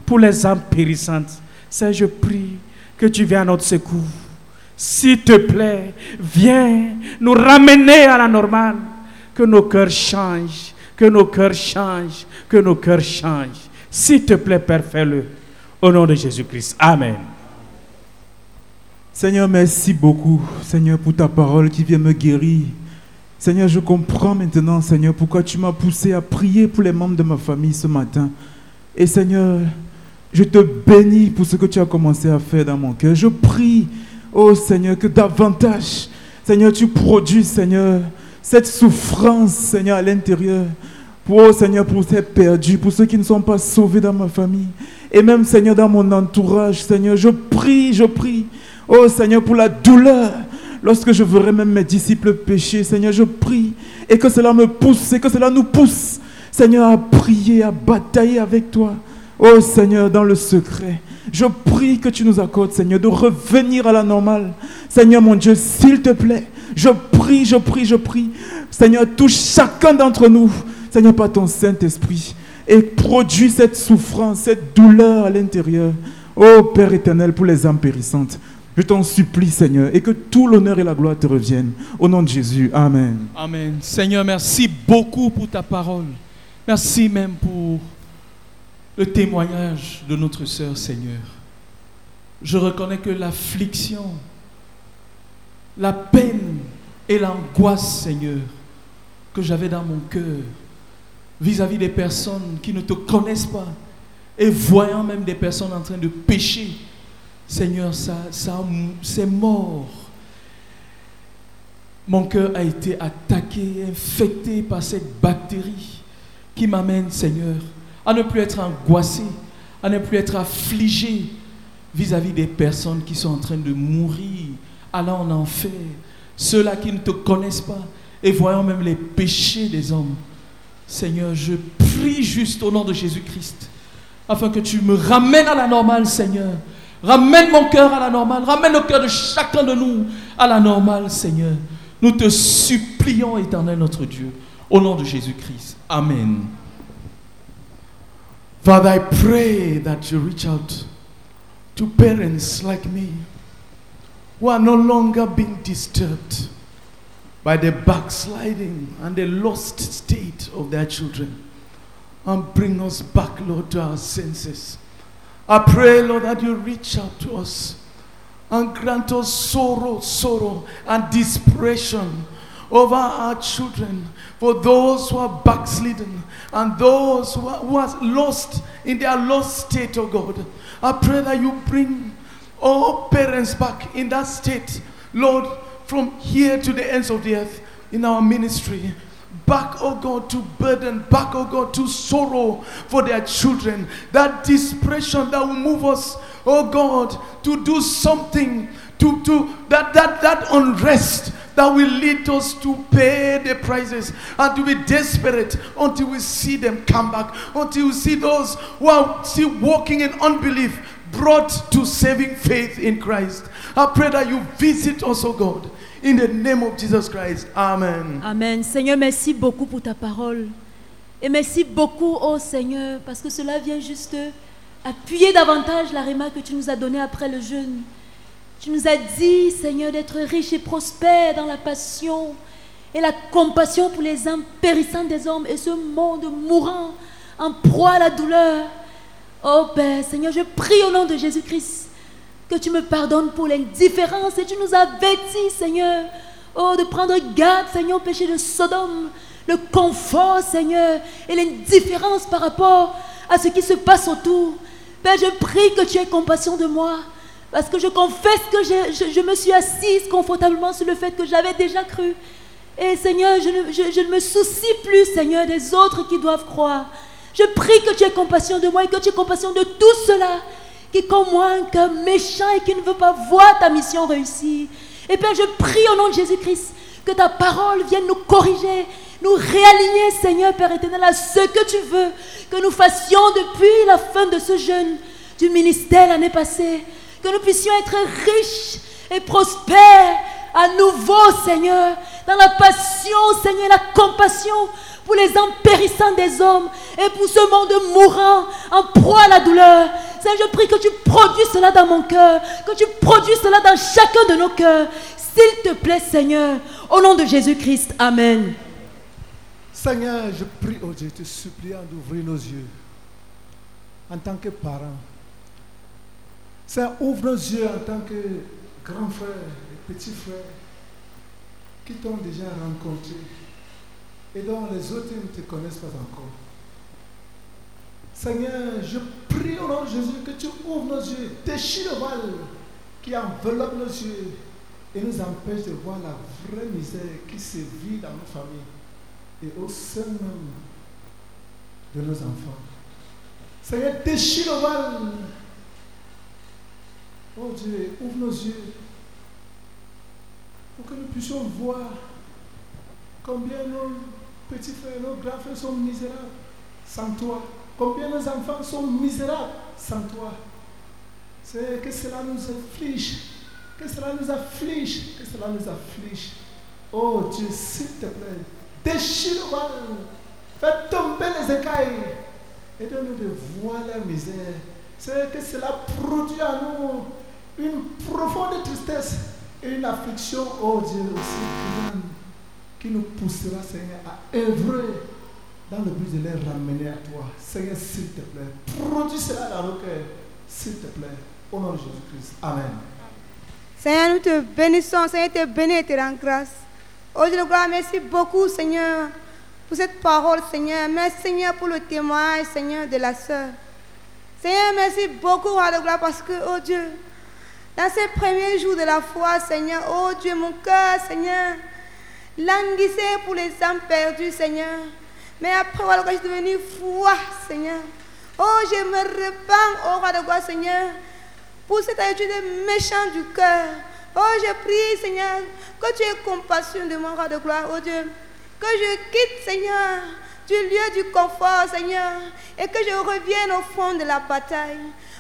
Speaker 9: pour les âmes périssantes. Seigneur, je prie que tu viennes à notre secours. S'il te plaît, viens nous ramener à la normale. Que nos cœurs changent, que nos cœurs changent, que nos cœurs changent. S'il te plaît, Père, fais-le. Au nom de Jésus-Christ. Amen.
Speaker 10: Seigneur, merci beaucoup, Seigneur, pour ta parole qui vient me guérir. Seigneur, je comprends maintenant, Seigneur, pourquoi tu m'as poussé à prier pour les membres de ma famille ce matin. Et Seigneur, je te bénis pour ce que tu as commencé à faire dans mon cœur. Je prie, oh Seigneur, que davantage, Seigneur, tu produis, Seigneur, cette souffrance, Seigneur, à l'intérieur. Pour, oh Seigneur, pour ces perdus, pour ceux qui ne sont pas sauvés dans ma famille. Et même, Seigneur, dans mon entourage, Seigneur, je prie, je prie. Oh Seigneur, pour la douleur. Lorsque je verrai même mes disciples pécher, Seigneur, je prie. Et que cela me pousse, et que cela nous pousse, Seigneur, à prier, à batailler avec toi. Oh Seigneur, dans le secret. Je prie que tu nous accordes, Seigneur, de revenir à la normale. Seigneur mon Dieu, s'il te plaît, je prie, je prie, je prie. Seigneur, touche chacun d'entre nous. Seigneur, par ton Saint-Esprit. Et produis cette souffrance, cette douleur à l'intérieur. Oh Père éternel, pour les âmes périssantes. Je t'en supplie, Seigneur, et que tout l'honneur et la gloire te reviennent. Au nom de Jésus. Amen.
Speaker 9: Amen. Seigneur, merci beaucoup pour ta parole. Merci même pour le témoignage de notre sœur, Seigneur.
Speaker 8: Je reconnais que l'affliction, la peine et l'angoisse, Seigneur, que j'avais dans mon cœur vis-à-vis des personnes qui ne te connaissent pas et voyant même des personnes en train de pécher, Seigneur, ça, ça, c'est mort. Mon cœur a été attaqué, infecté par cette bactérie qui m'amène, Seigneur, à ne plus être angoissé, à ne plus être affligé vis-à-vis des personnes qui sont en train de mourir, allant en enfer, ceux-là qui ne te connaissent pas et voyant même les péchés des hommes. Seigneur, je prie juste au nom de Jésus-Christ, afin que tu me ramènes à la normale, Seigneur. Ramène mon cœur à la normale, ramène le cœur de chacun de nous à la normale, Seigneur. Nous te supplions, éternel notre Dieu, au nom de Jésus-Christ. Amen.
Speaker 5: Father, I pray that you reach out to parents like me
Speaker 11: who are no longer being disturbed by the backsliding and the lost state of their children. And bring us back, Lord, to our senses. I pray, Lord, that you reach out to us and grant us sorrow, sorrow, and desperation over our children, for those who are backslidden and those who are, who are lost in their lost state, oh God. I pray that you bring all parents back in that state, Lord, from here to the ends of the earth in our ministry. Back, oh God, to burden, back, oh God, to sorrow for their children. That desperation that will move us, oh God, to do something, to, to that, that, that unrest that will lead us to pay the prices and to be desperate until we see them come back, until we see those who are still walking in unbelief brought to saving faith in Christ. I pray that you visit us, oh God, in the name of Jesus Christ. Amen.
Speaker 12: Amen. Seigneur, merci beaucoup pour ta parole. Et merci beaucoup, oh Seigneur, parce que cela vient juste appuyer davantage la remarque que tu nous as donnée après le jeûne. Tu nous as dit, Seigneur, d'être riche et prospère dans la passion et la compassion pour les âmes périssantes des hommes et ce monde mourant en proie à la douleur. Oh Père, Seigneur, je prie au nom de Jésus-Christ que tu me pardonnes pour l'indifférence et tu nous avertis, Seigneur, oh, de prendre garde, Seigneur, au péché de Sodome, le confort, Seigneur, et l'indifférence par rapport à ce qui se passe autour. Père, je prie que tu aies compassion de moi. Parce que je confesse que je, je- je me suis assise confortablement sur le fait que j'avais déjà cru. Et Seigneur, je ne, je- je ne me soucie plus, Seigneur, des autres qui doivent croire. Je prie que tu aies compassion de moi et que tu aies compassion de tous ceux-là qui, comme moi, un cœur méchant et qui ne veut pas voir ta mission réussir. Et Père, je prie au nom de Jésus-Christ que ta parole vienne nous corriger, nous réaligner, Seigneur Père éternel, à ce que tu veux que nous fassions depuis la fin de ce jeûne du ministère l'année passée. Que nous puissions être riches et prospères à nouveau, Seigneur, dans la passion, Seigneur, la compassion pour les âmes périssantes des hommes et pour ce monde mourant en proie à la douleur. Seigneur, je prie que tu produis cela dans mon cœur, que tu produis cela dans chacun de nos cœurs. S'il te plaît, Seigneur, au nom de Jésus-Christ, Amen.
Speaker 13: Seigneur, je prie, oh Dieu, te suppliant d'ouvrir nos yeux. En tant que parents, Seigneur, ouvre nos yeux en tant que grands frères et petits frères qui t'ont déjà rencontré et dont les autres ne te connaissent pas encore. Seigneur, je prie au nom de Jésus que tu ouvres nos yeux, déchire le voile qui enveloppe nos yeux et nous empêche de voir la vraie misère qui se vit dans nos familles et au sein même de nos enfants. Seigneur, déchire le voile. Oh Dieu, ouvre nos yeux pour que nous puissions voir combien nos petits frères, nos grands frères sont misérables sans toi. Combien nos enfants sont misérables sans toi. C'est que cela nous afflige. Que cela nous afflige. Que cela nous afflige. Oh Dieu, s'il te plaît, déchire le voile. Fais tomber les écailles. Et donne-nous de voir la misère. C'est que cela produit à nous une profonde tristesse et une affliction, oh Dieu, aussi grande, qui nous poussera, Seigneur, à œuvrer dans le but de les ramener à toi. Seigneur, s'il te plaît, produis cela dans nos cœurs, s'il te plaît, au nom de Jésus-Christ. Amen.
Speaker 14: Seigneur, nous te bénissons. Seigneur, te bénis et te rends grâce. Oh Dieu de gloire, merci beaucoup, Seigneur, pour cette parole, Seigneur. Merci, Seigneur, pour le témoignage, Seigneur, de la sœur. Seigneur, merci beaucoup, roi de gloire, parce que, oh Dieu, dans ces premiers jours de la foi, Seigneur, oh Dieu, mon cœur, Seigneur, languissait pour les âmes perdues, Seigneur. Mais après, voilà, je suis devenu foi, Seigneur. Oh, je me repens, oh roi de gloire, Seigneur, pour cette attitude méchante du cœur. Oh, je prie, Seigneur, que tu aies compassion de mon roi de gloire, oh Dieu. Que je quitte, Seigneur, du lieu du confort, Seigneur, et que je revienne au fond de la bataille.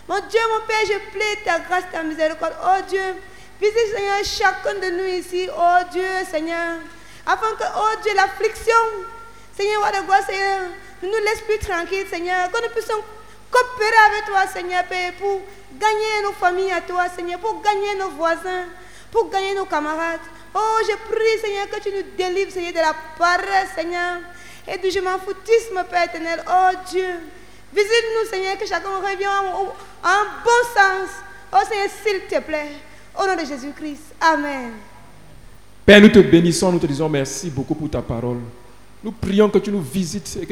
Speaker 14: Mon Dieu, mon Père, je plaide ta grâce, ta miséricorde, oh Dieu. Visite, Seigneur, chacun de nous ici, oh Dieu, Seigneur, afin que, oh Dieu, l'affliction Seigneur, roi de gloire, Seigneur, ne nous laisse plus tranquilles, Seigneur, que nous puissions coopérer avec toi, Seigneur, Père, pour gagner nos familles à toi, Seigneur, pour gagner nos voisins, pour gagner nos camarades. Oh, je prie, Seigneur, que tu nous délivres, Seigneur, de la paresse, Seigneur, et du je m'en foutisme, Père éternel. Oh Dieu, visite-nous, Seigneur, que chacun revienne en, en bon sens. Oh Seigneur, s'il te plaît, au nom de Jésus-Christ. Amen.
Speaker 9: Père, nous te bénissons, nous te disons merci beaucoup pour ta parole. Nous prions que tu nous visites et que